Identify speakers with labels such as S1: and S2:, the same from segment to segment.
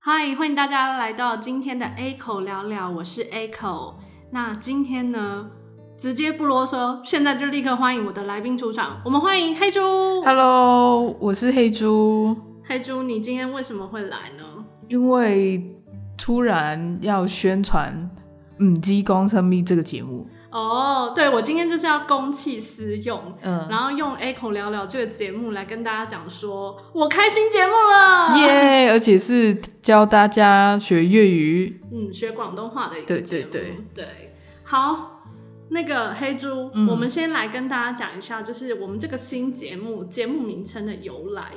S1: 嗨，欢迎大家来到今天的 A 口聊聊，我是 A 口。那今天呢，直接不啰嗦，现在就立刻欢迎我的来宾出场。我们欢迎黑猪。
S2: Hello，我是黑猪。
S1: 黑猪，你今天为什么会来呢？
S2: 因为突然要宣传“嗯鸡公生蜜”这个节目，
S1: 哦、对我今天就是要公器私用，
S2: 嗯，
S1: 然后用 A 口聊聊这个节目来跟大家讲说，我开新节目了。
S2: 耶、而且是教大家学粤语。
S1: 嗯，学广东话的一个
S2: 对
S1: 节目。
S2: 对
S1: 对好。那个黑猪，
S2: 嗯
S1: 我们先来跟大家讲一下，就是我们这个新节目节目名称的由来。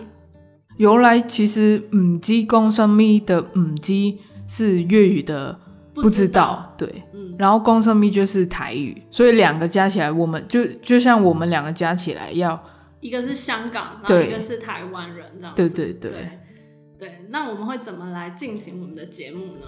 S2: 由来其实“嗯鸡公生蜜”的“嗯鸡”是粤语的“不知道”，对，
S1: 嗯
S2: 然后“公生蜜”就是台语，所以两个加起来，我们就就像我们两个加起来要，
S1: 一个是香港，然后
S2: 对
S1: 一个是台湾人，这样子
S2: 对对对，
S1: 对对那我们会怎么来进行我们的节目呢？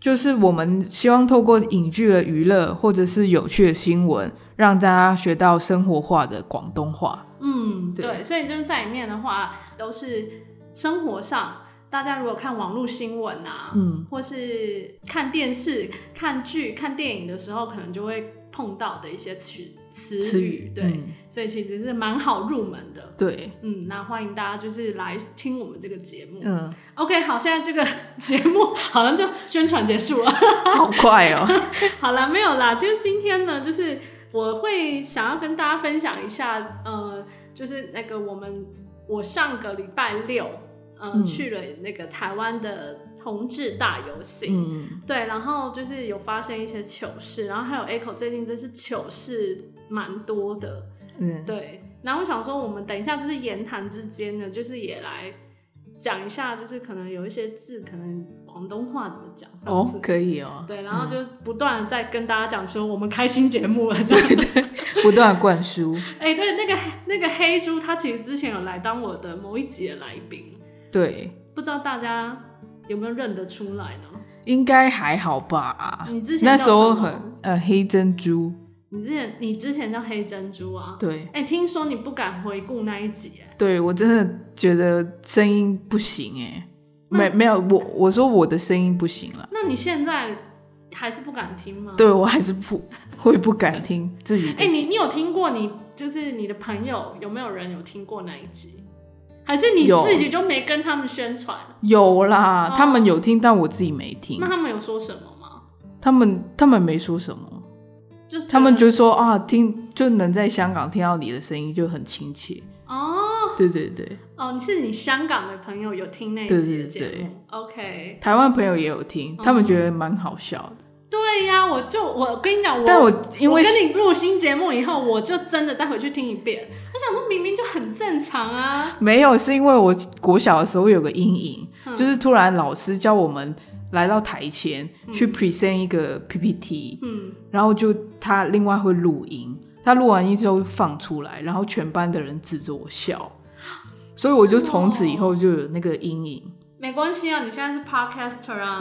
S2: 就是我们希望透过影剧的娱乐或者是有趣的新闻，让大家学到生活化的广东话。
S1: 嗯，对，
S2: 对
S1: 所以就是在里面的话，都是生活上，大家如果看网络新闻啊，
S2: 嗯，
S1: 或是看电视、看剧、看电影的时候，可能就会碰到的一些词词
S2: 词语
S1: 对，
S2: 嗯
S1: 所以其实是蛮好入门的。
S2: 对，
S1: 嗯，那欢迎大家就是来听我们这个节目。
S2: 嗯，
S1: OK，好，现在这个 节目好像就宣传结束了。
S2: 好快 哦。
S1: 好啦，没有啦，就是今天呢，就是我会想要跟大家分享一下，呃，就是那个我们我上个礼拜六，呃，
S2: 嗯
S1: 去了那个台湾的同志大游行，
S2: 嗯，
S1: 对，然后就是有发生一些糗事，然后还有 Echo 最近真是糗事蛮多的，
S2: 嗯，
S1: 对，然后我想说，我们等一下就是言谈之间呢，就是也来讲一下，就是可能有一些字，可能广东话怎么讲这样
S2: 哦
S1: 子，
S2: 可以哦，
S1: 对，然后就不断地在跟大家讲说，我们开新节目了。对对，
S2: 不断地灌输。
S1: 哎，对，那个那个黑猪，他其实之前有来当我的某一集的来宾，
S2: 对，
S1: 不知道大家有没有认得出来呢？
S2: 应该还好吧。
S1: 嗯你之前
S2: 啊那
S1: 叫
S2: 时
S1: 什么
S2: 候很呃黑珍珠，
S1: 你之前你之前叫黑珍珠啊？
S2: 对，
S1: 哎，听说你不敢回顾那一集，哎，
S2: 对我真的觉得声音不行哎，
S1: 嗯
S2: 没没有我我说我的声音不行了。
S1: 那你现在还是不敢听吗？
S2: 对我还是不会不敢听自己的
S1: 哎、你你有听过你就是你的朋友有没有人有听过那一集？还是你
S2: 有嗯
S1: 自己就没跟他们宣传？
S2: 有啦，
S1: 哦
S2: 他们有听，但我自己没听
S1: 那。他们有说什么吗？
S2: 他们他们没说什么，
S1: 就觉得
S2: 他们就说啊，听就能在香港听到你的声音就很亲切。
S1: 哦
S2: 对对对，
S1: 哦，是你香港的朋友有听那一集的节目
S2: 对对对
S1: o k
S2: 台湾朋友也有听，
S1: 哦
S2: 他们觉得蛮好笑的。
S1: 对呀、我就我跟你讲，我
S2: 但我因为
S1: 我跟你录新节目以后，我就真的再回去听一遍。我想说明明就很正常啊，
S2: 没有，是因为我国小的时候有个阴影，
S1: 嗯
S2: 就是突然老师叫我们来到台前去 present 一个 PPT，、
S1: 嗯，
S2: 然后就他另外会录音，他录完音之后放出来，然后全班的人指着我笑，所以我就是
S1: 哦
S2: 从此以后就有那个阴影。
S1: 没关系啊，你现在是 podcaster 啊，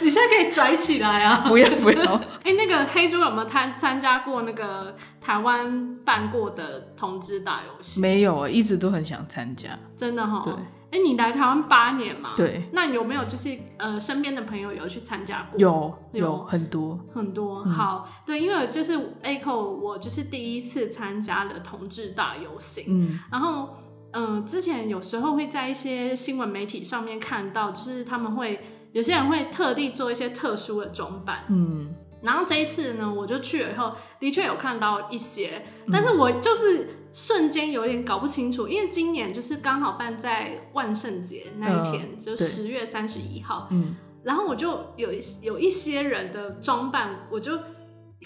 S1: 你现在可以拽起来啊。
S2: 不要不要，
S1: 哎、那个黑猪有没有参参加过那个台湾办过的同志大游戏？
S2: 没有，一直都很想参加。
S1: 真的哈。
S2: 对
S1: 哎、你来台湾八年嘛？。
S2: 对，
S1: 那有没有就是呃，身边的朋友有去参加过？
S2: 有嗯
S1: 有
S2: 有很多，
S1: 很多。好，对，因为就是 Echo，我就是第一次参加了同志大游行，
S2: 嗯
S1: 然后。嗯，之前有时候会在一些新闻媒体上面看到，就是他们会有些人会特地做一些特殊的装扮，
S2: 嗯，
S1: 然后这一次呢，我就去了以后，的确有看到一些，
S2: 嗯
S1: 但是我就是瞬间有点搞不清楚，因为今年就是刚好办在万圣节那一天，就
S2: 嗯对
S1: 十月三十一号，
S2: 嗯，
S1: 然后我就有一有一些人的装扮，我就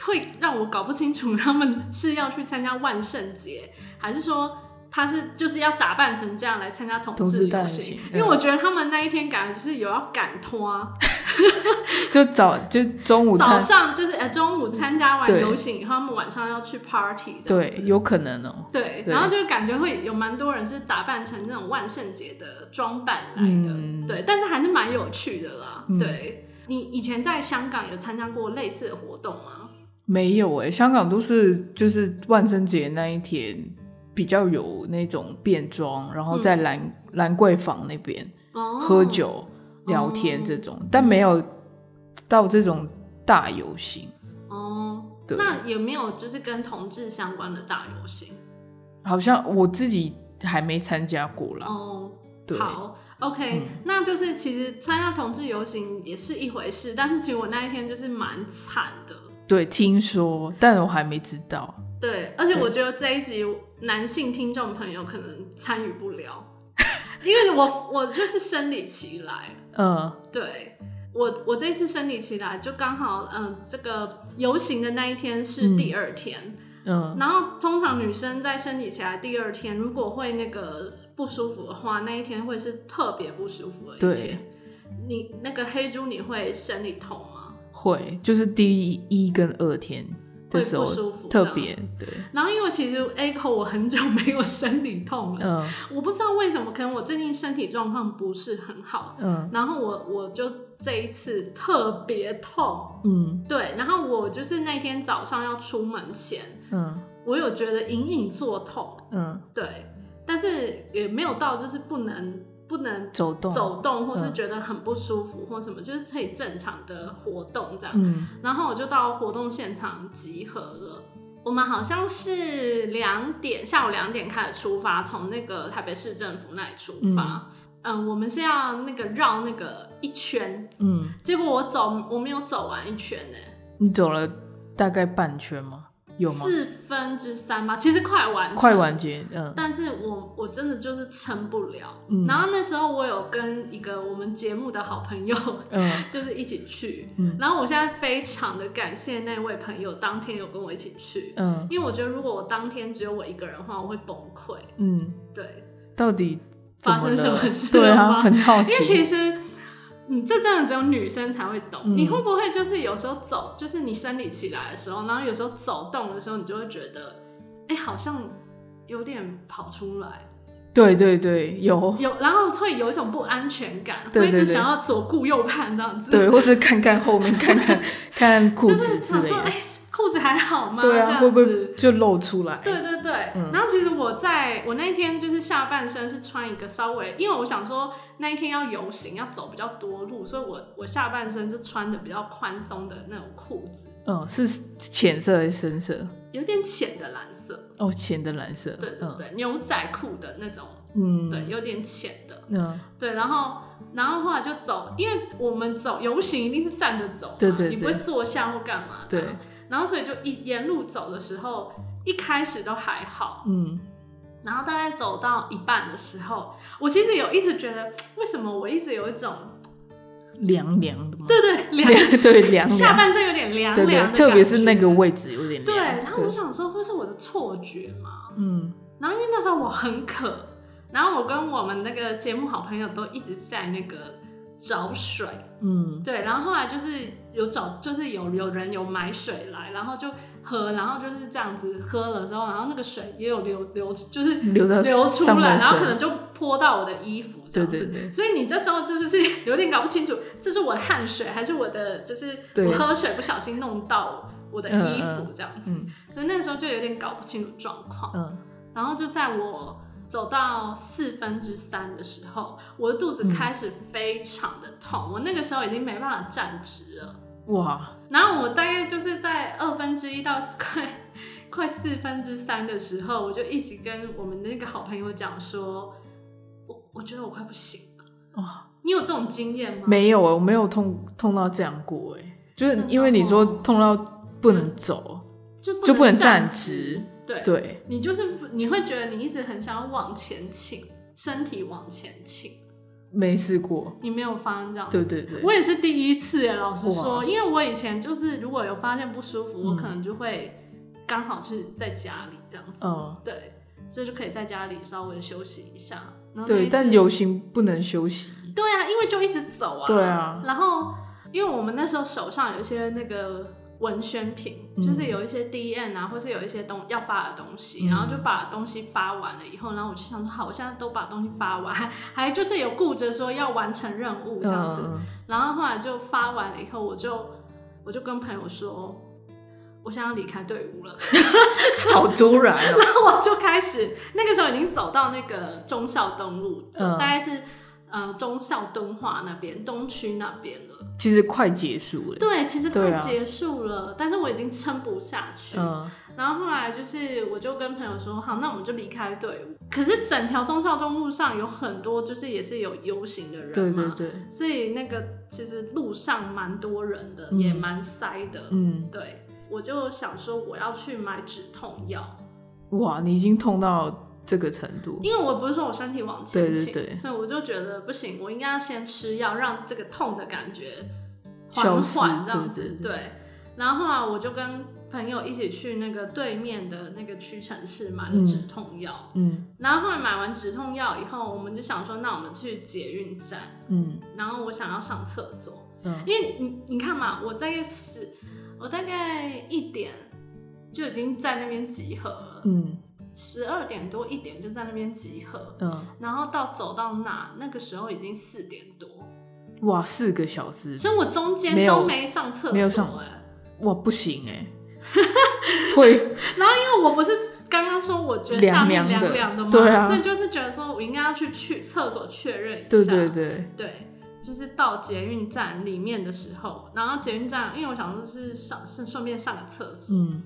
S1: 会让我搞不清楚他们是要去参加万圣节，还是说。他是就是要打扮成这样来参加同
S2: 同
S1: 志
S2: 志大
S1: 游
S2: 游
S1: 行
S2: 行，
S1: 因为
S2: 嗯
S1: 我觉得他们那一天感觉就是有要赶拖、啊
S2: 就早就中午
S1: 早
S2: 餐，
S1: 上就是呃中午参加完
S2: 对
S1: 游行以后，他们晚上要去 party 这样
S2: 对
S1: 子，
S2: 有可能哦、
S1: 对，
S2: 对
S1: 然后就感觉会有蛮多人是打扮成那种万圣节的装扮来的，
S2: 嗯
S1: 对，但是还是蛮有趣的啦。
S2: 嗯
S1: 对你以前在香港有参加过类似的活动吗？
S2: 没有哎、香港都是就是万圣节那一天比较有那种变装，然后在兰、兰桂坊那边，
S1: 嗯哦，
S2: 喝酒、聊天这种，但没有到这种大游行。
S1: 哦，
S2: 对
S1: 那有没有就是跟同志相关的大游行？
S2: 好像我自己还没参加过啦。
S1: 哦，
S2: 对，嗯
S1: 好，OK，、那就是其实参加同志游行也是一回事，但是其实我那一天就是蛮惨的。
S2: 对，听说，但我还没知道。
S1: 对，而且
S2: 对
S1: 我觉得这一集男性听众朋友可能参与不了， 因为我我就是生理期来，
S2: 嗯
S1: 对我我这一次生理期来就刚好，嗯、这个游行的那一天是第二天，
S2: 嗯
S1: 然后通常女生在生理期来第二天，如果会那个不舒服的话，那一天会是特别不舒服的一天。你那个黑猪，你会生理痛吗？
S2: 会，就是第一跟二天
S1: 会
S2: 的时
S1: 不
S2: 候
S1: 舒服，
S2: 特。别对，
S1: 然后因为其实 A 口我很久没有生理痛了，
S2: 嗯
S1: 我不知道为什么，可能我最近身体状况不是很好，
S2: 嗯
S1: 然后我我就这一次特别痛，
S2: 嗯
S1: 对，然后我就是那天早上要出门前，
S2: 嗯
S1: 我有觉得隐隐作痛，
S2: 嗯，
S1: 对，但是也没有到就是不能不能
S2: 走动，
S1: 走动，或是
S2: 嗯
S1: 觉得很不舒服或什么，就是可以正常的活动这样。
S2: 嗯
S1: 然后我就到活动现场集合了。我们好像是两点，下午两点开始出发，从那个台北市政府那里出发。嗯我们是要那个绕那个一圈，
S2: 嗯，
S1: 结果我走我没有走完一圈呢、
S2: 你走了大概半圈吗？有吗？
S1: 四分之三吧，其实快完成
S2: 快完，结，嗯
S1: 但是我我真的就是撑不了。
S2: 嗯
S1: 然后那时候我有跟一个我们节目的好朋友，
S2: 嗯
S1: 就是一起去。
S2: 嗯
S1: 然后我现在非常的感谢那位朋友，当天有跟我一起去。
S2: 嗯
S1: 因为我觉得如果我当天只有我一个人的话，我会崩溃。
S2: 嗯，
S1: 对，
S2: 到底怎
S1: 发生
S2: 了
S1: 什么事
S2: 对
S1: 了
S2: 啊，
S1: 吗
S2: 很好
S1: 因为其
S2: 奇，
S1: 实你这真的只有女生才会懂。
S2: 嗯
S1: 你会不会就是有时候走，就是你生理期来的时候，然后有时候走动的时候，你就会觉得，哎、好像有点跑出来，
S2: 对对对， 有
S1: 有，然后会有一种不安全感，
S2: 哦对
S1: 会
S2: 对
S1: 一直
S2: 对
S1: 想要左顾右盼这样子。
S2: 对，或是看看后面，看看看裤
S1: 就是
S2: 子
S1: 想
S2: 之
S1: 说，哎、
S2: 类的，
S1: 裤子还好吗？
S2: 对
S1: 这
S2: 啊，
S1: 样
S2: 会不
S1: 子
S2: 会就露出来？
S1: 对对对，
S2: 嗯
S1: 然后其实我在我那一天就是下半身是穿一个稍微，因为我想说那一天要游行要走比较多路，所以我我下半身就穿的比较宽松的那种裤子，
S2: 嗯，是浅色还是深色？
S1: 有点浅的蓝色，
S2: 哦，浅的蓝色，嗯
S1: 对对对，牛仔裤的那种，
S2: 嗯，嗯，
S1: 对，有点浅的，
S2: 嗯，
S1: 对，然后然后后来就走，因为我们走游行一定是站着走嘛，
S2: 对对
S1: 你不
S2: 对
S1: 会坐下或干嘛的，啊
S2: 对，
S1: 然后所以就一沿路走的时候，一开始都还好，
S2: 嗯
S1: 然后大概走到一半的时候，我其实有一直觉得，为什么我一直有一种
S2: 凉凉的吗？
S1: 对对凉，
S2: 对 对，嗯凉
S1: 下
S2: 凉，
S1: 半身有点凉
S2: 对
S1: 凉的感，觉
S2: 对特别是那个位置有点凉。
S1: 对。然后我想说，会是我的错觉吗？
S2: 嗯
S1: 然后因为那时候我很渴，然后我跟我们那个节目好朋友都一直在那个找水，
S2: 嗯
S1: 对，然后后来就是有找，就是有有人有买水来，然后就喝，然后就是这样子喝了之后，然后那个水也有流流， 就是
S2: 流到
S1: 流出
S2: 呃上
S1: 来，
S2: 半
S1: 然后可
S2: 身
S1: 能就泼到我的衣服这样子。
S2: 对对对
S1: 所以你这时候是 不是有点搞不清楚，这是我的汗水，还是我的就是
S2: 对
S1: 我喝水不小心弄到我的衣
S2: 嗯
S1: 服这样子？
S2: 嗯
S1: 所以那时候就有点搞不清楚状况。
S2: 嗯
S1: 然后就在我走到四分之三的时候，我的肚
S2: 嗯
S1: 子开始非常的痛，我那个时候已经没办法站直了。
S2: 哇
S1: 然后我大概就是在二分之一到快 快四分之三的时候，我就一直跟我们的那个好朋友讲说，我我觉得我快不行了。
S2: 哇，
S1: 你有这种经验吗？
S2: 没有哎，我没有痛痛到这样过哎，就
S1: 真
S2: 是
S1: 的
S2: 因为你说
S1: 哦
S2: 痛到不能走，
S1: 就不
S2: 就不能站
S1: 站
S2: 直。
S1: 对，
S2: 对，
S1: 你就是你会觉得你一直很想要往前倾，身体往前倾，
S2: 没试过，
S1: 你没有发生这样子
S2: 对对对
S1: 我，也是第一次耶，老实
S2: 哇
S1: 说，因为我以前就是如果有发现不舒服，我
S2: 嗯
S1: 可能就会刚好是在家里这样子，
S2: 嗯
S1: 对，所以就可以在家里稍微休息一下。然后那一
S2: 对，
S1: 次
S2: 但游行不能休息，
S1: 对啊，因为就一直走啊，
S2: 对啊，
S1: 然后因为我们那时候手上有一些那个文宣品，
S2: 嗯
S1: 就是有一些 DM 啊，或是有一些东要发的东西，
S2: 嗯
S1: 然后就把东西发完了以后，然后我就想说，好，我现在都把东西发完， 还还就是有顾着说要完成任务这样子，
S2: 嗯
S1: 然后后来就发完了以后，我就我就跟朋友说，我想要离开队伍了，
S2: 嗯好突然 哦，
S1: 然后我就开始，那个时候已经走到那个忠孝东路，就
S2: 嗯
S1: 大概是呃忠孝敦化那边东区那边了。
S2: 其实快结束了。
S1: 对，其实
S2: 对
S1: 快
S2: 啊
S1: 结束了，但是我已经撑不下去。
S2: 嗯，
S1: 然后后来就是，我就跟朋友说，好，那我们就离开队伍。可是整条忠孝东路上有很多，就是也是有游行的人嘛，
S2: 对对对，
S1: 所以那个其实路上蛮多人的，
S2: 嗯
S1: 也蛮塞的。
S2: 嗯，
S1: 对，我就想说我要去买止痛药，
S2: 哇，你已经痛到这个程度，
S1: 因为我不是说我身体往前倾，
S2: 对对对
S1: 所以我就觉得不行，我应该要先吃药，让这个痛的感觉
S2: 消
S1: 缓
S2: 失
S1: 缓这
S2: 对
S1: 样子。
S2: 对
S1: 对，然后后来我就跟朋友一起去那个对面的那个屈臣氏买了
S2: 嗯
S1: 止痛药，
S2: 嗯
S1: 然后后来买完止痛药以后，我们就想说，那我们去捷运站，
S2: 嗯
S1: 然后我想要上厕所。
S2: 嗯，
S1: 因为你你看嘛，我大概是我大概一点就已经在那边集合了，
S2: 嗯
S1: 十二、点多一点就在那边集合，
S2: 嗯，
S1: 然后到走到那那个时候已经四点多，
S2: 哇，四个小时，
S1: 所以我中
S2: 没
S1: 间
S2: 有
S1: 都没上厕所、欸，
S2: 没有上哇，不行哎、 会
S1: 因为我不是刚刚说我觉得下面
S2: 凉凉
S1: 凉
S2: 的
S1: 的吗？
S2: 对啊
S1: 所以就是觉得说我应该要去去厕所确认一下，
S2: 对对对，
S1: 对，就是到捷运站里面的时候，然后捷运站，因为我想说是上顺顺便上个厕所。
S2: 嗯，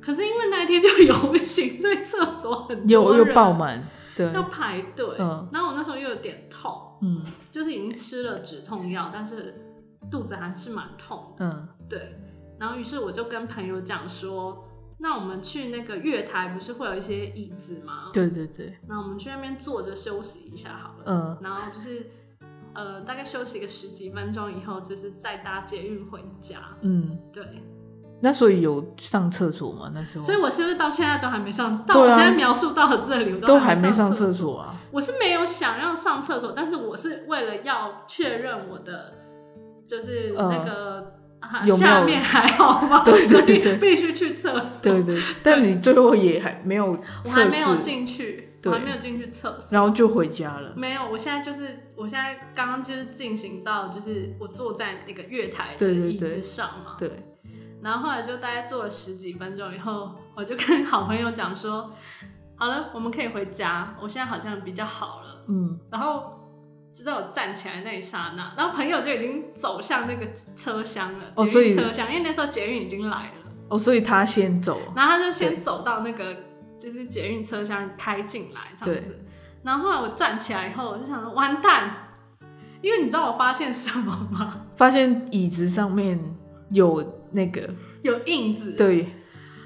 S1: 可是因为那一天就 游行，所以厕所很多
S2: 又
S1: 人
S2: 又爆满，对，
S1: 要排队。
S2: 嗯
S1: 然后我那时候又有点痛，
S2: 嗯
S1: 就是已经吃了止痛药，但是肚子还是蛮痛的。
S2: 嗯
S1: 对，然后于是我就跟朋友讲说，那我们去那个月台不是会有一些椅子吗？
S2: 对对对，
S1: 那我们去那边坐着休息一下好了。
S2: 嗯
S1: 然后就是呃，大概休息个十几分钟以后，就是再搭捷运回家。
S2: 嗯。
S1: 对，
S2: 那所以有上厕所吗？那时候
S1: 所以我是不是到现在都还没上？到
S2: 对
S1: 我
S2: 啊
S1: 现在描述到了这里，我
S2: 都还
S1: 还
S2: 没上
S1: 上
S2: 厕
S1: 所。
S2: 所啊。
S1: 我是没有想要上厕所，但是我是为了要确认我的就是
S2: 嗯
S1: 那个、啊
S2: 有没有
S1: 下面还好吗？
S2: 对对对
S1: 所以必须去厕所。
S2: 对对，但你最后也还没有
S1: 我还
S2: 测
S1: 没有
S2: 试，
S1: 进嗯去，
S2: 对
S1: 我还没有进去厕所。
S2: 然后就回家了。
S1: 没有，我现在就是，我现在刚刚就是进行到，就是我坐在那个月台的
S2: 对对对
S1: 椅子上嘛，
S2: 对，
S1: 然后后来就大概坐了十几分钟以后，我就跟好朋友讲说，好了，我们可以回家，我现在好像比较好了。
S2: 嗯
S1: 然后就在我站起来那一刹那，然后朋友就已经走向那个车厢了，捷
S2: 哦
S1: 运
S2: 所以
S1: 车厢，因为那时候捷运已经来了，
S2: 哦，所以他先走。
S1: 然后他就先
S2: 对
S1: 走到那个就是捷运车厢开进来这样子。然后后来我站起来以后，我就想说完蛋，因为你知道我发现什么吗？
S2: 发现椅子上面有那个，
S1: 有印子，
S2: 对，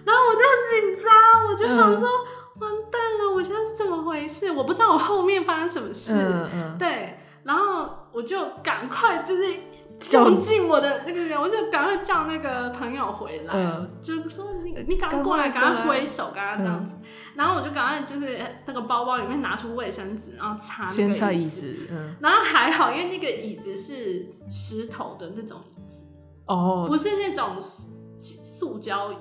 S1: 然后我就很紧张，我就想说、
S2: 嗯
S1: 完蛋了，我现在是怎么回事？我不知道我后面发生什么事。
S2: 嗯嗯，
S1: 对，然后我就赶快就是
S2: 叫
S1: 冲进我的那个人，我就赶快叫那个朋友回来，
S2: 嗯
S1: 就说你你赶快
S2: 赶
S1: 过
S2: 快
S1: 来，
S2: 过
S1: 赶快
S2: 来嗯
S1: 挥手，赶快这样子。然后我就赶快就是那个包包里面拿出卫生纸，然后擦那
S2: 先
S1: 个
S2: 擦椅
S1: 子。
S2: 子，嗯，
S1: 然后还好，因为那个椅子是石头的那种椅子，
S2: 哦
S1: 不是那种塑塑胶椅。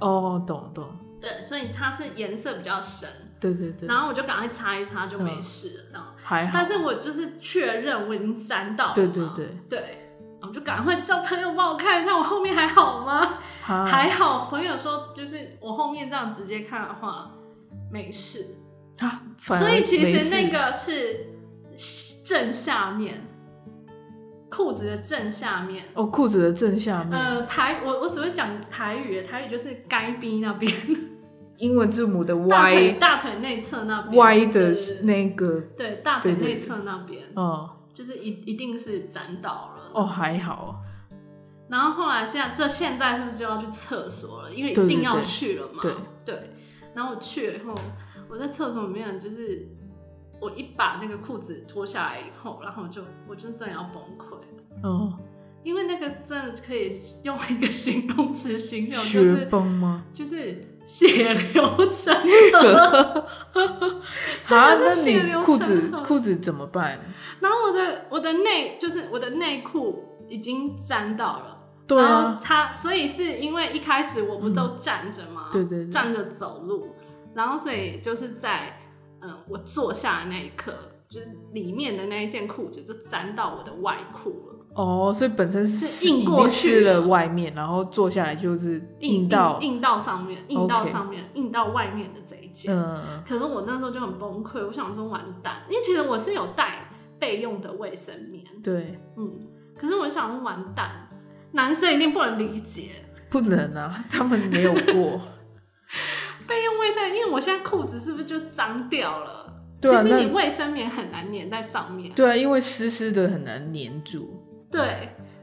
S2: 哦，懂懂，
S1: 对，所以它是颜色比较深，
S2: 对对对，
S1: 然后我就赶快擦一擦就没
S2: 嗯
S1: 事了，这样。
S2: 还好
S1: 但，是我就是确认我已经沾到了嘛，
S2: 对对对，
S1: 对，我就赶快叫朋友帮我看一下我后面还好吗？
S2: 还
S1: 还好，朋友说就是我后面这样直接看的话没事，
S2: 啊，反
S1: 所以
S2: 而
S1: 其
S2: 没
S1: 实那
S2: 事
S1: 个是正下面裤子的正下面。
S2: 哦，裤子的正下面，
S1: 呃，台我我只会讲台语，台语就是该逼那边，
S2: 英文字母的
S1: 大腿
S2: Y
S1: 大腿内侧那边
S2: Y
S1: 对对
S2: 的
S1: 对
S2: 那个，
S1: 对大腿
S2: 对对
S1: 内侧那边，
S2: 哦
S1: 就是一一定是沾到了
S2: 哦，还好，
S1: 然后后来现在这现在是不是就要去厕所了？因为
S2: 对
S1: 一
S2: 对
S1: 定要
S2: 对
S1: 去了嘛。
S2: 对
S1: 对然后我去了以后，我在厕所里面就是我一把那个裤子脱下来以后，然后我就我就真的要崩溃了，
S2: 哦，
S1: 因为那个真的可以用一个形容词形容，就
S2: 雪
S1: 是
S2: 崩吗？
S1: 就是血流成河。 真
S2: 啊，
S1: 的
S2: 那
S1: 是血
S2: 你
S1: 流
S2: 裤
S1: 成
S2: 子
S1: 河
S2: 裤子怎么办？
S1: 然后我的我的内就是我的内裤已经沾到了。
S2: 对
S1: 然
S2: 啊
S1: 后，他所以是因为一开始我不都站着吗？
S2: 对对对
S1: 站着走路，然后所以就是在嗯我坐下的那一刻，就是里面的那一件裤子就沾到我的外裤了，
S2: 哦，所以本身是
S1: 是硬
S2: 已
S1: 过
S2: 经
S1: 去
S2: 湿了
S1: 了
S2: 外面，然后坐下来就是
S1: 硬
S2: 到，
S1: 硬到上面，硬到
S2: OK
S1: 上面硬到外面的这一件。
S2: 嗯，
S1: 可是我那时候就很崩溃，我想说完蛋，因为其实我是有带。备用的卫生棉。
S2: 对，
S1: 嗯，可是我就想说完蛋，男生一定不能理解
S2: 不能啊， 他们没有过。
S1: 备用卫生，因为我现在裤子是不是就脏掉了？
S2: 对啊
S1: 其
S2: 那
S1: 实你卫生棉很难粘在上面。
S2: 对啊，因为湿湿的很难粘住。
S1: 对，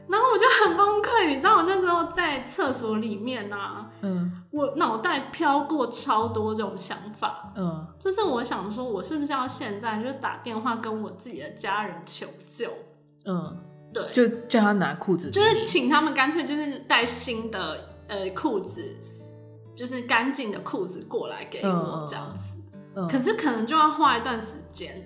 S1: 然后我就很崩溃，你知道我那时候在厕所里面啊，
S2: 嗯
S1: 我脑袋飘过超多这种想法。
S2: 嗯，
S1: 就是我想说，我是不是要现在就是打电话跟我自己的家人求救？
S2: 嗯，
S1: 对，
S2: 就叫他拿裤子给
S1: 就
S2: 你，
S1: 是请他们干脆就是带新的呃裤子，就是干净的裤子过来给
S2: 嗯嗯
S1: 我
S2: 嗯
S1: 这样子。
S2: 嗯
S1: 可是可能就要花一段时间，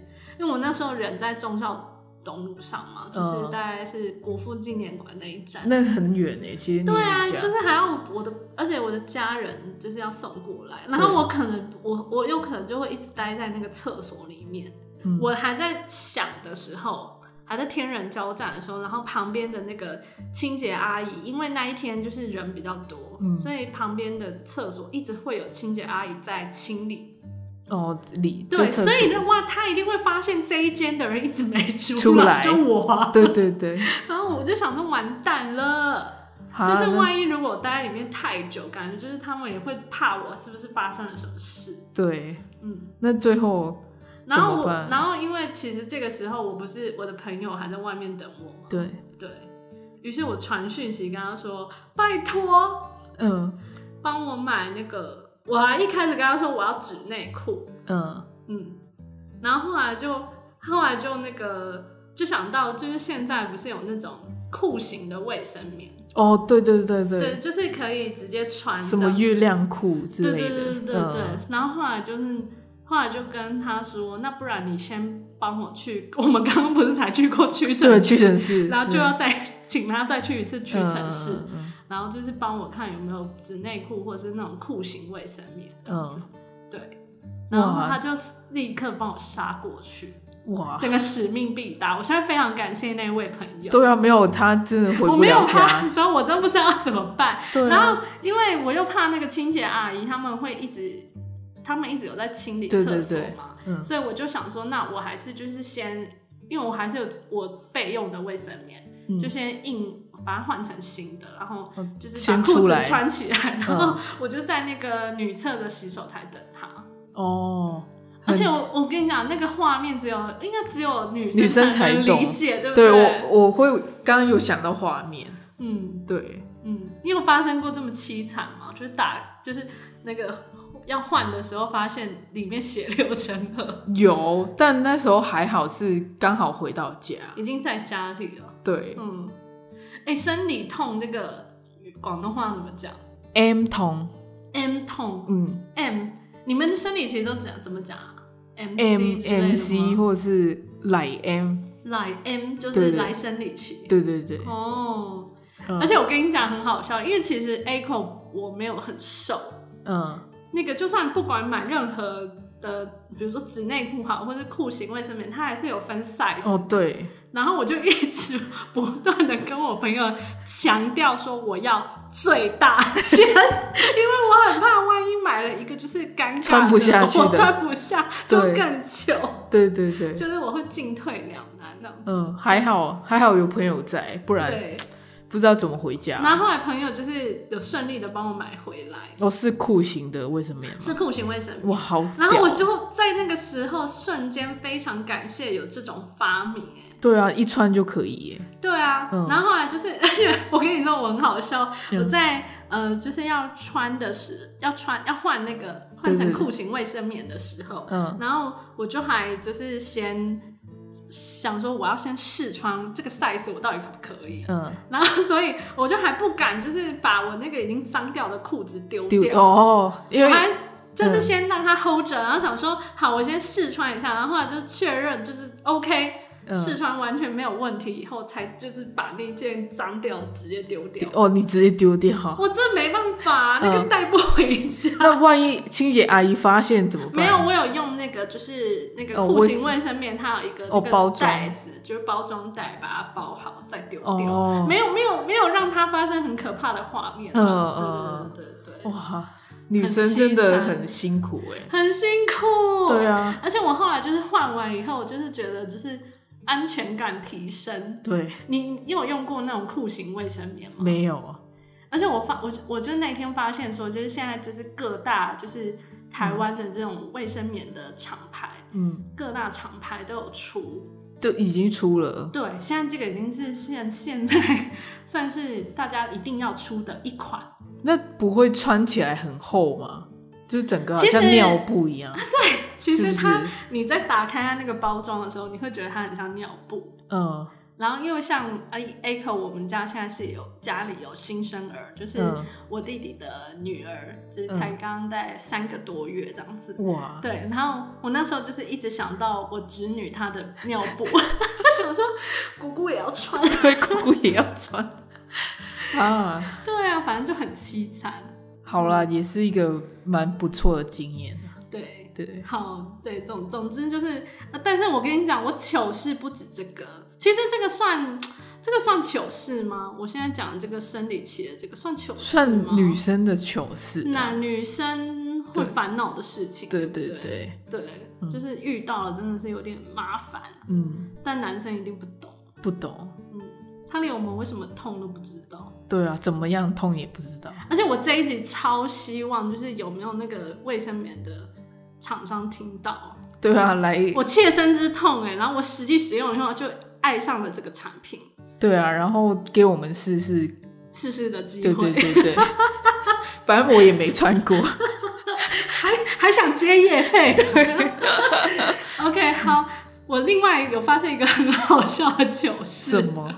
S1: 因为我那时候人在忠孝东路上嘛，就是
S2: 嗯
S1: 大概是国父纪念馆那一站。
S2: 那很远哎、其实
S1: 对啊，就是是还要我的，而且我的家人就是要送过来，然后
S2: 对
S1: 我可能我我有可能就会一直待在那个厕所里面。
S2: 嗯
S1: 我还在想的时候，还在天人交战的时候，然后旁边的那个清洁阿姨，因为那一天就是人比较多，
S2: 嗯
S1: 所以旁边的厕所一直会有清洁阿姨在清理。
S2: 哦里
S1: 对，
S2: 就厕
S1: 所以
S2: 所
S1: 的话，她一定会发现这一间的人一直没出
S2: 出来
S1: 就我啊、
S2: 对对 对，
S1: 然后我就想说，完蛋了，
S2: 好啊
S1: 就是
S2: 那
S1: 万一如果我待在里面太久，感觉就是他们也会怕我是不是发生了什么事。
S2: 对，
S1: 嗯。
S2: 那最后
S1: 然后
S2: 怎么
S1: 我，
S2: 办
S1: 然后因为其实这个时候我不是我的朋友还在外面等我嘛，
S2: 对，
S1: 对于是我传讯息跟他说，拜托
S2: 嗯
S1: 帮我买那个，我还一开始跟他说我要纸内裤，
S2: 嗯
S1: 嗯，然后后来就后来就那个就想到就是现在不是有那种裤型的卫生棉，
S2: 哦，对对对对，
S1: 对，就是可以直接穿
S2: 什
S1: 这
S2: 么
S1: 样
S2: 月亮裤之
S1: 对
S2: 类
S1: 对对
S2: 的，
S1: 对对对。
S2: 嗯
S1: 然后后来就是，后来就跟他说，那不然你先帮我去，我们刚刚不是才去过屈臣
S2: 对，
S1: 氏，
S2: 屈臣 氏，
S1: 然后就
S2: 嗯
S1: 要再、请他再去一次屈臣氏，
S2: 嗯嗯
S1: 然后就是帮我看有没有纸内裤或者是那种裤型卫生棉这样子，
S2: 嗯
S1: 对。然后
S2: 哇
S1: 他就立刻帮我杀过去，
S2: 嗯哇，
S1: 整个使命必达。我现在非常感谢那位朋友，
S2: 对啊，没有他真的回
S1: 我
S2: 不
S1: 没有
S2: 了
S1: 他
S2: 家，
S1: 的时候，我真不知道怎么办。
S2: 对啊，
S1: 然后因为我又怕那个清洁阿姨，他们会一直，他们一直有在清理
S2: 对对
S1: 厕所
S2: 对
S1: 嘛，
S2: 嗯
S1: 所以我就想说，那我还是就是先，因为我还是有我备用的卫生棉，
S2: 嗯
S1: 就先硬把它换成新的，然后
S2: 嗯
S1: 就是把
S2: 先
S1: 裤
S2: 出
S1: 子
S2: 来嗯
S1: 穿起 来，然后我就在那个女厕的洗手台等他。
S2: 哦，
S1: 而且
S2: 很
S1: 我我跟你讲，那个画面只有应该只有女
S2: 女生才
S1: 能
S2: 懂
S1: 理解，对不
S2: 对我我会刚刚有想到画面，
S1: 嗯，
S2: 对，
S1: 嗯，你有发生过这么凄惨吗？就是打，就是那个要换的时候，发现里面血流成 河，
S2: 有，但那时候还好是刚好回到家，
S1: 已经在家里了。
S2: 对
S1: 嗯，哎、生理痛那个广东话怎么讲
S2: ，M 同，
S1: ？M 痛
S2: 嗯
S1: ，M，你们的生理其实都讲怎么讲啊？M
S2: ，M
S1: C 之类的
S2: M C
S1: 吗
S2: 或者是来 M，
S1: 来 M 就
S2: 对
S1: 是
S2: 对
S1: 来生理期。
S2: 对对对，
S1: 哦，
S2: 嗯
S1: 而且我跟你讲很好笑，因为其实 A 口我没有很瘦，
S2: 嗯
S1: 那个就算不管买任何的，比如说纸内裤好，或者裤型卫生棉，它还是有分 size、
S2: 哦对，
S1: 然后我就一直不断的跟我朋友强调说我要最大件， 因为我很怕万一买了一个就是尴尬的
S2: 穿不下去的
S1: 我穿不下就
S2: 对
S1: 更糗，
S2: 对对对，
S1: 就是我会进退两难那样子。
S2: 嗯还好还好有朋友在，不然
S1: 对，
S2: 不知道怎么回家。
S1: 然后后来朋友就是有顺利的帮我买回来，
S2: 哦是酷刑的，为什么呀？
S1: 是裤型卫生棉。
S2: 哇好
S1: 然后
S2: 屌
S1: 我，就在那个时候瞬间非常感谢有这种发明、哎，
S2: 对啊，一穿就可以耶，
S1: 对啊，
S2: 嗯
S1: 然后后来就是， 而且我跟你说，我很好笑，
S2: 嗯
S1: 我在呃，就是要穿的时，要穿要换那个换
S2: 对
S1: 成
S2: 对对
S1: 裤型卫生棉的时候，
S2: 嗯
S1: 然后我就还就是先想说，我要先试穿这个 size 我到底可不可以，
S2: 嗯
S1: 然后所以我就还不敢就是把我那个已经脏掉的裤子丢
S2: 丢
S1: 掉，
S2: 哦，因
S1: 我
S2: 为
S1: 还
S2: 嗯
S1: 就是先让他 hold 着，然后想说好，我先试穿一下，然后后来就确认就是 OK，、试
S2: 嗯
S1: 穿完全没有问题，以后才就是把那件脏掉的直接丢掉。
S2: 哦你直接丢掉，
S1: 我真的没办法，那个
S2: 嗯
S1: 带不回家。
S2: 那万一清洁阿姨发现怎么办？
S1: 没有，我有用那个，就是那个
S2: 哦
S1: 户
S2: 我
S1: 型卫生棉，它有一个那
S2: 哦包
S1: 个
S2: 装
S1: 袋子，就是包装袋，把它包好再丢掉。
S2: 哦，
S1: 没有，没有，没有让它发生很可怕的画面啊。
S2: 嗯
S1: 对对对对对，
S2: 哇，女生真的很辛苦哎、
S1: 很辛苦。
S2: 对啊，
S1: 而且我后来就是换完以后，我就是觉得就是安全感提升。
S2: 对，
S1: 你你有用过那种酷刑卫生棉吗？
S2: 没有啊，
S1: 而且我发我我就那天发现说，就是现在就是各大就是台湾的这种卫生棉的厂牌，
S2: 嗯，
S1: 各大厂牌都有出。
S2: 就已经出了，
S1: 对，现在这个已经是现现在 算是大家一定要出的一款。
S2: 那不会穿起来很厚吗？就是整个好
S1: 其实
S2: 像尿布一样，
S1: 其
S2: 是
S1: 实
S2: 不是
S1: 它，？你在打开它那个包装的时候，你会觉得它很像尿布。
S2: 嗯
S1: 然后因为像 A A 口，我们家现在是有家里有新生儿，就是
S2: 嗯，
S1: 我弟弟的女儿，就是才刚在三个多月这样子。
S2: 哇，
S1: 对，然后我那时候就是一直想到我侄女她的尿布， 我想说姑姑也要穿。
S2: 对，姑姑也要穿啊。
S1: 对啊，反正就很凄惨。
S2: 好啦，也是一个蛮不错的经验啊，
S1: 对，
S2: 对，
S1: 好，对，总总之就是，呃但是我跟你讲，我糗事不止这个。其实这个算这个算糗事吗？我现在讲的这个生理期的这个算糗事吗？
S2: 算女生的糗事啊，
S1: 那女生会
S2: 对
S1: 烦恼的事情，
S2: 对
S1: 对
S2: 对
S1: 不
S2: 对，
S1: 对，
S2: 嗯
S1: 就是遇到了真的是有点麻烦，
S2: 嗯，
S1: 但男生一定不懂，
S2: 不懂，
S1: 他连我们为什么痛都不知道。
S2: 对啊，怎么样痛也不知道，
S1: 而且我这一集超希望就是有没有那个卫生棉的厂商听到
S2: 对啊，来，
S1: 我切身之痛哎、然后我实际使用以后就爱上了这个产品，
S2: 对啊，然后给我们试试，
S1: 试试的机
S2: 对
S1: 会，
S2: 对对对，反正我也没穿过，
S1: 还 还想接夜 配。OK，好，我另外有发现一个很好笑的糗
S2: 什
S1: 事，
S2: 么？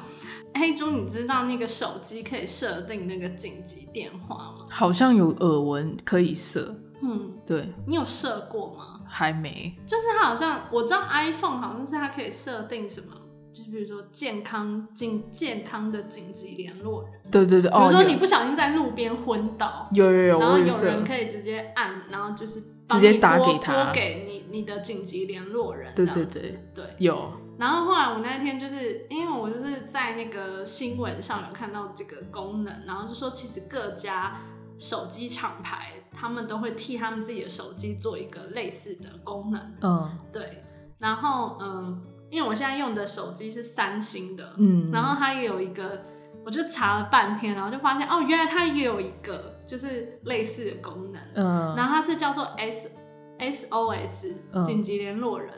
S1: 黑猪，你知道那个手机可以设定那个紧急电话吗？
S2: 好像有耳闻可以射，
S1: 嗯，
S2: 对，
S1: 你有设过吗？
S2: 还没，
S1: 就是它好像我知道 iPhone 好像是它可以设定什么，就是比如说健康紧健康的紧急联络人，
S2: 对对对，
S1: 比
S2: 哦
S1: 如，说
S2: 有
S1: 你不小心在路边昏倒，
S2: 有有有，
S1: 然后
S2: 我
S1: 有
S2: 射
S1: 人，可以直接按，然后就是
S2: 直接打
S1: 帮你拨
S2: 给他
S1: 拨给你你的紧急联络人，
S2: 对
S1: 这样
S2: 对对
S1: 子对。
S2: 有，
S1: 然后后来我那天就是因为我就是在那个新闻上有看到这个功能，然后就说其实各家手机厂牌他们都会替他们自己的手机做一个类似的功能，
S2: 嗯
S1: 对，然后嗯，因为我现在用的手机是三星的，
S2: 嗯，
S1: 然后它也有一个，我就查了半天，然后就发现哦，原来它也有一个就是类似的功能，
S2: 嗯
S1: 然后它是叫做 S S O S
S2: 嗯
S1: 紧急联络人，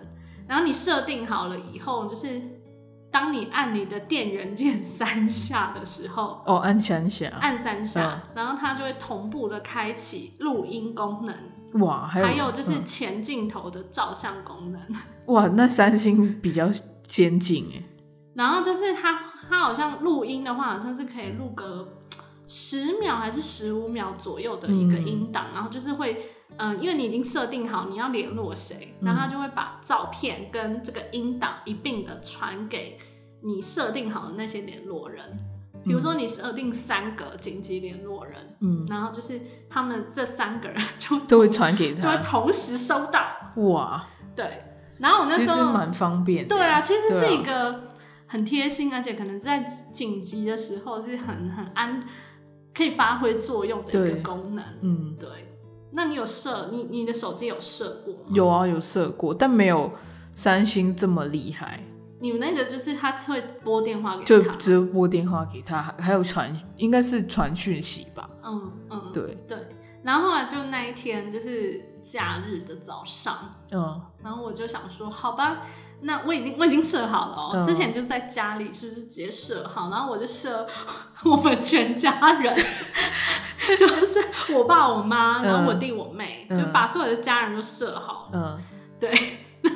S1: 然后你设定好了以后，就是当你按你的电源键三下的时候。
S2: 哦，安全下，
S1: 按三下，
S2: 嗯
S1: 然后它就会同步的开启录音功能，
S2: 哇，还有
S1: 还有就是
S2: 嗯
S1: 前镜头的照相功能。
S2: 哇，那三星比较先进哎，
S1: 然后就是它，它好像录音的话，好像是可以录个十秒还是十五秒左右的一个
S2: 嗯
S1: 音档，然后就是会，嗯、因为你已经设定好你要联络谁，然后它就会把照片跟这个音档一并的传给你设定好的那些联络人。比如说你设定三个紧急联络人，
S2: 嗯，
S1: 然后就是他们这三个人就
S2: 都会传给
S1: 就会
S2: 他，
S1: 同时收到。
S2: 哇，
S1: 对，然后我哦那
S2: 其
S1: 时
S2: 实
S1: 候
S2: 蛮方便的，
S1: 对啊，其实
S2: 对啊
S1: 是一个很贴心，啊而且可能在紧急的时候是很很安，可以发挥作用的一
S2: 对
S1: 个功能。
S2: 嗯，
S1: 对，那你有设你你的手机有设过吗？
S2: 有啊，有射过，但没有三星这么厉害，
S1: 你们那个就是他会拨电话给
S2: 就
S1: 他，
S2: 只有拨电话给他，还还有传，应该是传讯息吧？
S1: 嗯嗯
S2: 对，
S1: 对。然后后来就那一天就是假日的早上，
S2: 嗯
S1: 然后我就想说，好吧，那我已经我已经设好了哦、
S2: 嗯
S1: 之前就在家里是不是直接设好？然后我就设我们全家人， 就是我爸、我妈，然后我弟、我妹，
S2: 嗯
S1: 就把所有的家人都设好了。
S2: 嗯，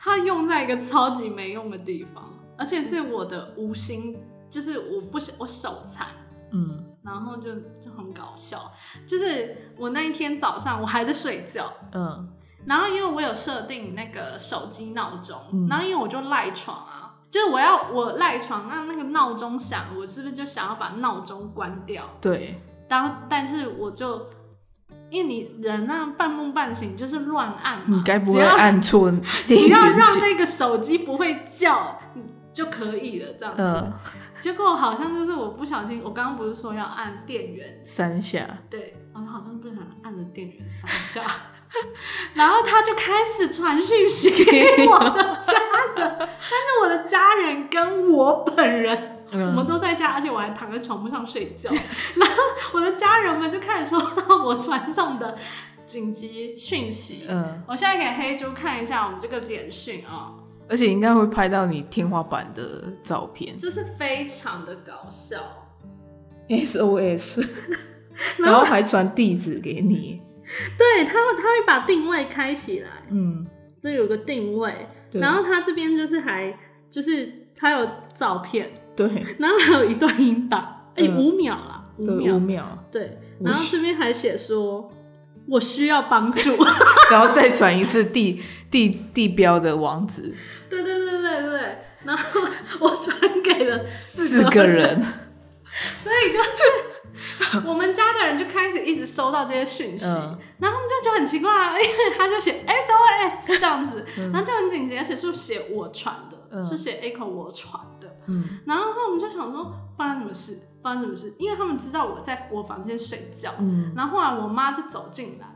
S1: 它用在一个超级没用的地方，而且是我的无心，就是我不想我手残。
S2: 嗯
S1: 然后就就很搞笑，就是我那一天早上我还在睡觉，
S2: 嗯
S1: 然后因为我有设定那个手机闹钟，
S2: 嗯
S1: 然后因为我就赖床啊，就是我要我赖床，那那个闹钟响，我是不是就想要把闹钟关掉？
S2: 对，
S1: 当但是我就因为你人啊半梦半醒就是乱按嘛，
S2: 你该不会
S1: 只要
S2: 按错
S1: 只
S2: 电
S1: 要
S2: 源
S1: 让
S2: 键？
S1: 那个手机不会叫，就可以了这样子。
S2: 嗯，
S1: 结果好像就是我不小心，我刚刚不是说要按电源，
S2: 三下，
S1: 对，我哦好像不小心按了电源三下， 然后他就开始传讯息给我的家人， 但是我的家人跟我本人。我们
S2: 嗯，
S1: 都在家，而且我还躺在床铺上睡觉。 然后我的家人们就开始收到我传送的紧急讯息。
S2: 嗯，
S1: 我现在给黑猪看一下我们这个简讯啊、
S2: 而且应该会拍到你天花板的照片
S1: 就是非常的搞笑。
S2: ，SOS，然后还传地址给你，
S1: 对他，他会把定位开起来，
S2: 嗯，
S1: 这有个定位，
S2: 对，
S1: 然后他这边就是还就是他有照片，
S2: 对，
S1: 然后还有一段音档，哎、
S2: 嗯
S1: 五、秒啦，五
S2: 对，五
S1: 秒，
S2: 秒，
S1: 对，
S2: 五
S1: 然后这边还写说。我需要帮助，
S2: 然后再传一次地地地标的网址，
S1: 对对对对对，然后我传给了四
S2: 四个人，
S1: 所以就是我们家的人就开始一直收到这些讯息，
S2: 嗯
S1: 然后他们就觉得很奇怪啊，因为他就写 SOS 这样子，然后就很紧急，而且是写我传的，
S2: 嗯
S1: 是写 Echo 我传的，
S2: 嗯
S1: 然后我们就想说发生什么事，发生什么事，因为他们知道我在我房间睡觉，
S2: 嗯，
S1: 然后后来我妈就走进来，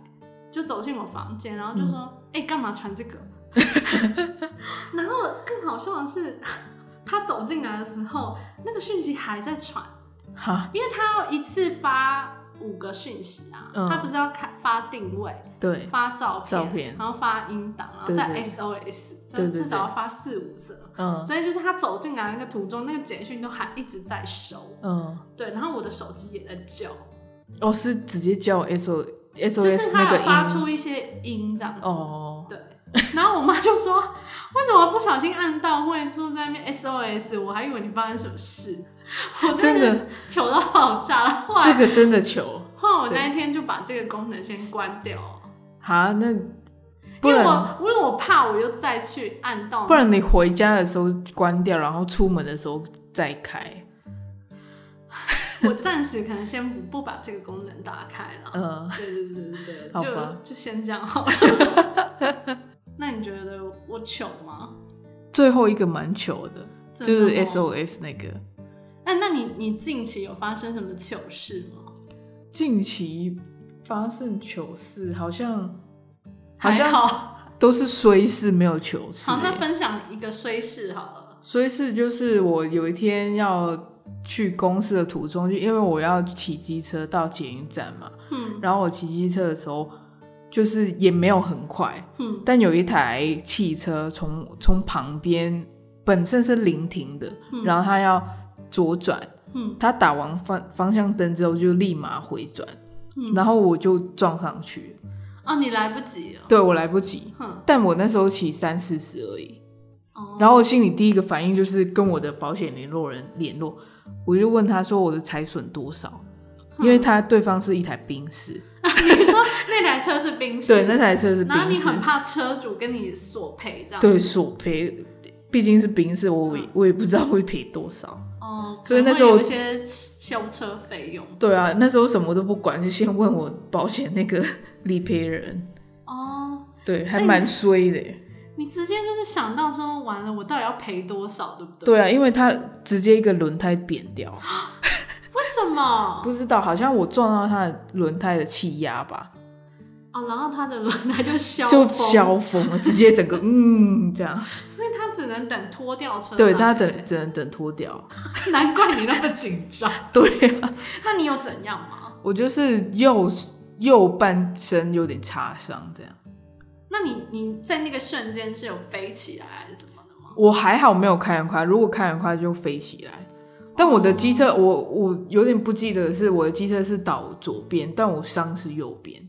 S1: 就走进我房间，然后就
S2: 嗯
S1: 说：“哎、干、嘛传这个？” 然后更好笑的是，她走进来的时候，那个讯息还在传，
S2: 哈，
S1: 因为她要一次发五个讯息啊，
S2: 嗯
S1: 她不是要开发定位、
S2: 对，
S1: 发照片、
S2: 照片
S1: 然后发音档，然后
S2: 对
S1: 再
S2: 对
S1: SOS，这
S2: 对对
S1: 样
S2: 对
S1: 至少要发四五则。
S2: 嗯
S1: 所以就是她走进来那个途中，那个简讯都还一直在收，
S2: 嗯，
S1: 对，然后我的手机也在叫。
S2: 哦，是直接叫 SO
S1: 就是他
S2: SOS 那个
S1: 有发
S2: 音，
S1: 出一些音这样子。
S2: 哦，
S1: 对，然后我妈就说：“为什么不小心按到会说在那边 SOS？我还以为你发生什么事。”我
S2: 真
S1: 的
S2: 的
S1: 糗到爆炸了。后
S2: 这
S1: 来，
S2: 个真的糗，
S1: 后来我那一天就把这个功能先关掉，
S2: 哈，那不
S1: 因为
S2: 然
S1: 我因为我怕我又再去按到，
S2: 不然你回家的时候关掉，然后出门的时候再开，
S1: 我暂时可能先不不把这个功能打开了。
S2: 嗯，
S1: 对对对对对，
S2: 好吧
S1: 就就先这样好了。 那你觉得我糗吗？
S2: 最后一个蛮糗的，就
S1: 真的哦
S2: 是
S1: 吗哎
S2: SOS 那个。
S1: 那那你你近期有发生什么糗事吗？
S2: 近期发生糗事，好像好
S1: 还
S2: 像
S1: 好，
S2: 都是衰事，没有糗事、
S1: 好，那
S2: 欸
S1: 分享一个衰事好了。
S2: 衰事就是我有一天要去公司的途中，就因为我要骑机车到捷运站嘛，
S1: 嗯
S2: 然后我骑机车的时候，就是也没有很快，
S1: 嗯
S2: 但有一台汽车从从旁边本身是临停的，
S1: 嗯
S2: 然后它要左转，
S1: 嗯
S2: 它打完方方向灯之后就立马回转，
S1: 嗯，
S2: 然后我就撞上去，
S1: 哦，你来不及了。
S2: 对我来不及，
S1: 哼，
S2: 但我那时候骑三四十而已，
S1: 哦，
S2: 然后我心里第一个反应就是跟我的保险联络人联络，我就问他说我的财损多少，因为他对方是一台宾士，
S1: 你说那台车是冰室，
S2: 对，那台车是
S1: 然后
S2: 宾
S1: 你
S2: 士，
S1: 很怕车主跟你索赔这样。，
S2: 对，索赔，毕竟是宾士，我也我也不知道会赔多少。
S1: 哦，
S2: 所以
S1: 可能
S2: 那时候
S1: 会有一些修车费用。
S2: 对啊，那时候什么都不管，就先问我保险那 个理赔人，
S1: 哦，
S2: 对，还蛮衰的耶。
S1: 你直接就是想到说，完了，我到底要赔多少，对不对？
S2: 对啊，因为他直接一个轮胎扁 掉，
S1: 为什么？
S2: 不知道好像我撞到他的轮胎的气压吧，
S1: 哦，然后他的轮胎就消
S2: 就
S1: 风
S2: 消风 了，直接整个嗯这样。
S1: 所以他只能等拖吊车来。
S2: 对，他等只能等脱掉。
S1: 难怪你那么紧张。
S2: 对啊，
S1: 那你有怎样吗？
S2: 我就是右右半身有点擦伤这样，
S1: 那你你在那个瞬间是有飞起来还是怎么的吗？
S2: 我还好没有开很快，如果开很快就飞起来。但我的机
S1: 哦
S2: 车，我我有点不记得的是我的机车是倒左边，但我伤是右边。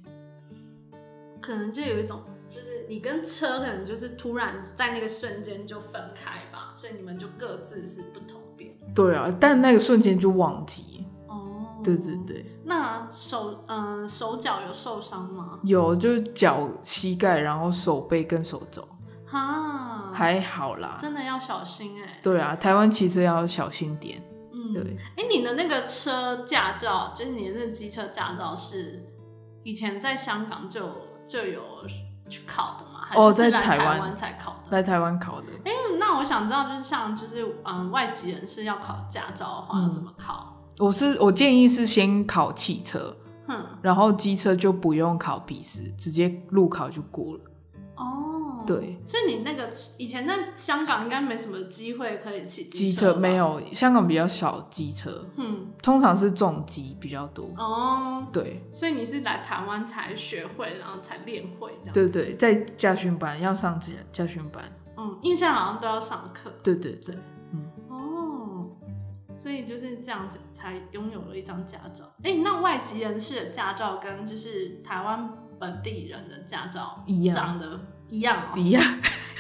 S1: 可能就有一种，就是你跟车可能就是突然在那个瞬间就分开吧，所以你们就各自是不同边。
S2: 对啊，但那个瞬间就忘记。
S1: 哦
S2: 对对。对，
S1: 那手嗯、手脚有受伤吗？
S2: 有就是脚、膝盖，然后手背跟手肘，
S1: 哈，
S2: 还好啦。
S1: 真的要小心哎、
S2: 对啊，台湾骑车要小心点。
S1: 嗯，
S2: 对，
S1: 哎、你的那个车驾照，就是你的那机车驾照是以前在香港就有就有去考的吗？还
S2: 哦
S1: 是是
S2: 在
S1: 来
S2: 台湾
S1: 湾才考的？
S2: 来台湾考的。
S1: 哎、那我想知道，就是像就是嗯，外籍人士要考驾照的话，
S2: 嗯
S1: 要怎么考？
S2: 我是我建议是先考汽车，
S1: 哼、
S2: 然后机车就不用考笔试，直接路考就过了。
S1: 哦，，
S2: 对，
S1: 所以你那个以前在香港应该没什么机会可以骑
S2: 机
S1: 车
S2: 车
S1: 吧
S2: 没，有，香港比较少机车，
S1: 嗯，
S2: 通常是重机比较多。
S1: 哦，
S2: 对
S1: 所以你是来台湾才学会，然后才练会这样，，
S2: 对对，在驾训班要上驾驾训班。
S1: 嗯，印象好像都要上课，
S2: 对对对，
S1: 哦，所以就是这样子才拥有了一张驾照。哎、那外籍人士的驾照跟就是台湾本地人的驾照
S2: 一样
S1: 长得一样、哦，
S2: 一样。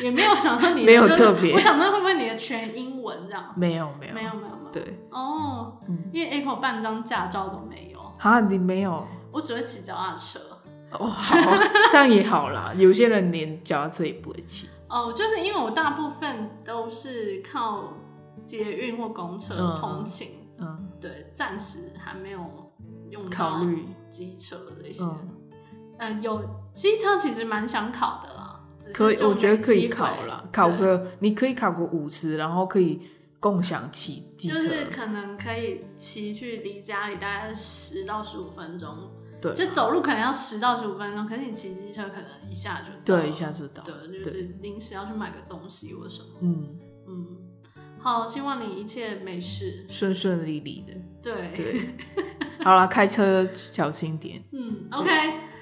S1: 也没有想说你的
S2: 没有
S1: 就是
S2: 特别
S1: 我想说会不会你的全英文这样？
S2: 没有没有
S1: 没有没有没有。
S2: 对，
S1: 哦，
S2: 嗯
S1: 因为 Apple 半张驾照都没有，
S2: 啊，你没有
S1: 我只会骑脚踏车。
S2: 哦，好，这样也好啦。有些人连脚踏车也不会骑，
S1: 哦，就是因为我大部分都是靠捷运或公车
S2: 嗯
S1: 通勤，
S2: 嗯，
S1: 对，暂时还没有用到
S2: 考虑，
S1: 机车的一些。
S2: 嗯，
S1: 嗯，有机车其实蛮想考的啦，只是
S2: 可以，
S1: 就
S2: 我觉得
S1: 没
S2: 可以
S1: 机会
S2: 考啦，考
S1: 对
S2: 个你可以考个五十，然后可以共享骑机车，
S1: 就是可能可以骑去离家里大概十到十五分钟，
S2: 对，
S1: 就走路可能要十到十五分钟，可是你骑机车可能一下就到
S2: 对，一下
S1: 了
S2: 就到，
S1: 对，就是临时要去买个东西或什么，
S2: 嗯，
S1: 嗯，好，希望你一切没事，
S2: 顺顺利利的，
S1: 对，
S2: 对。好啦，开车小心点。
S1: 嗯，OK，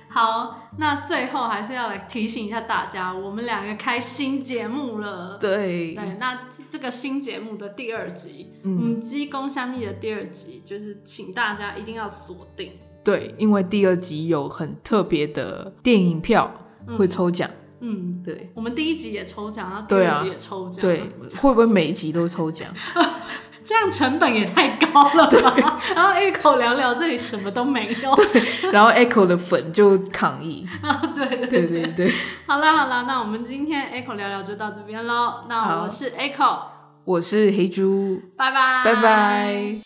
S1: 好，那最后还是要来提醒一下大家，我们两个开新节目了，
S2: 对，
S1: 对，那这个新节目的第二集，
S2: 嗯，
S1: 嗯，鸡公虾米的第二集，就是请大家一定要锁定。
S2: 对，因为第二集有很特别的电影票
S1: 嗯
S2: 会抽奖，
S1: 嗯，
S2: 对
S1: 我们第一集也抽奖，然后第
S2: 对啊
S1: 二集也抽奖，
S2: 对，会不会每一集都抽奖？
S1: 这样成本也太高了吧？然后一口聊聊这里什么都没有，
S2: 然后 Echo 的粉就抗议，
S1: 对对
S2: 对对对，
S1: 好啦好啦，那我们今天 Echo 聊聊就到这边喽。那我
S2: 好
S1: 是 Echo，
S2: 我是黑猪，
S1: 拜拜，
S2: 拜拜。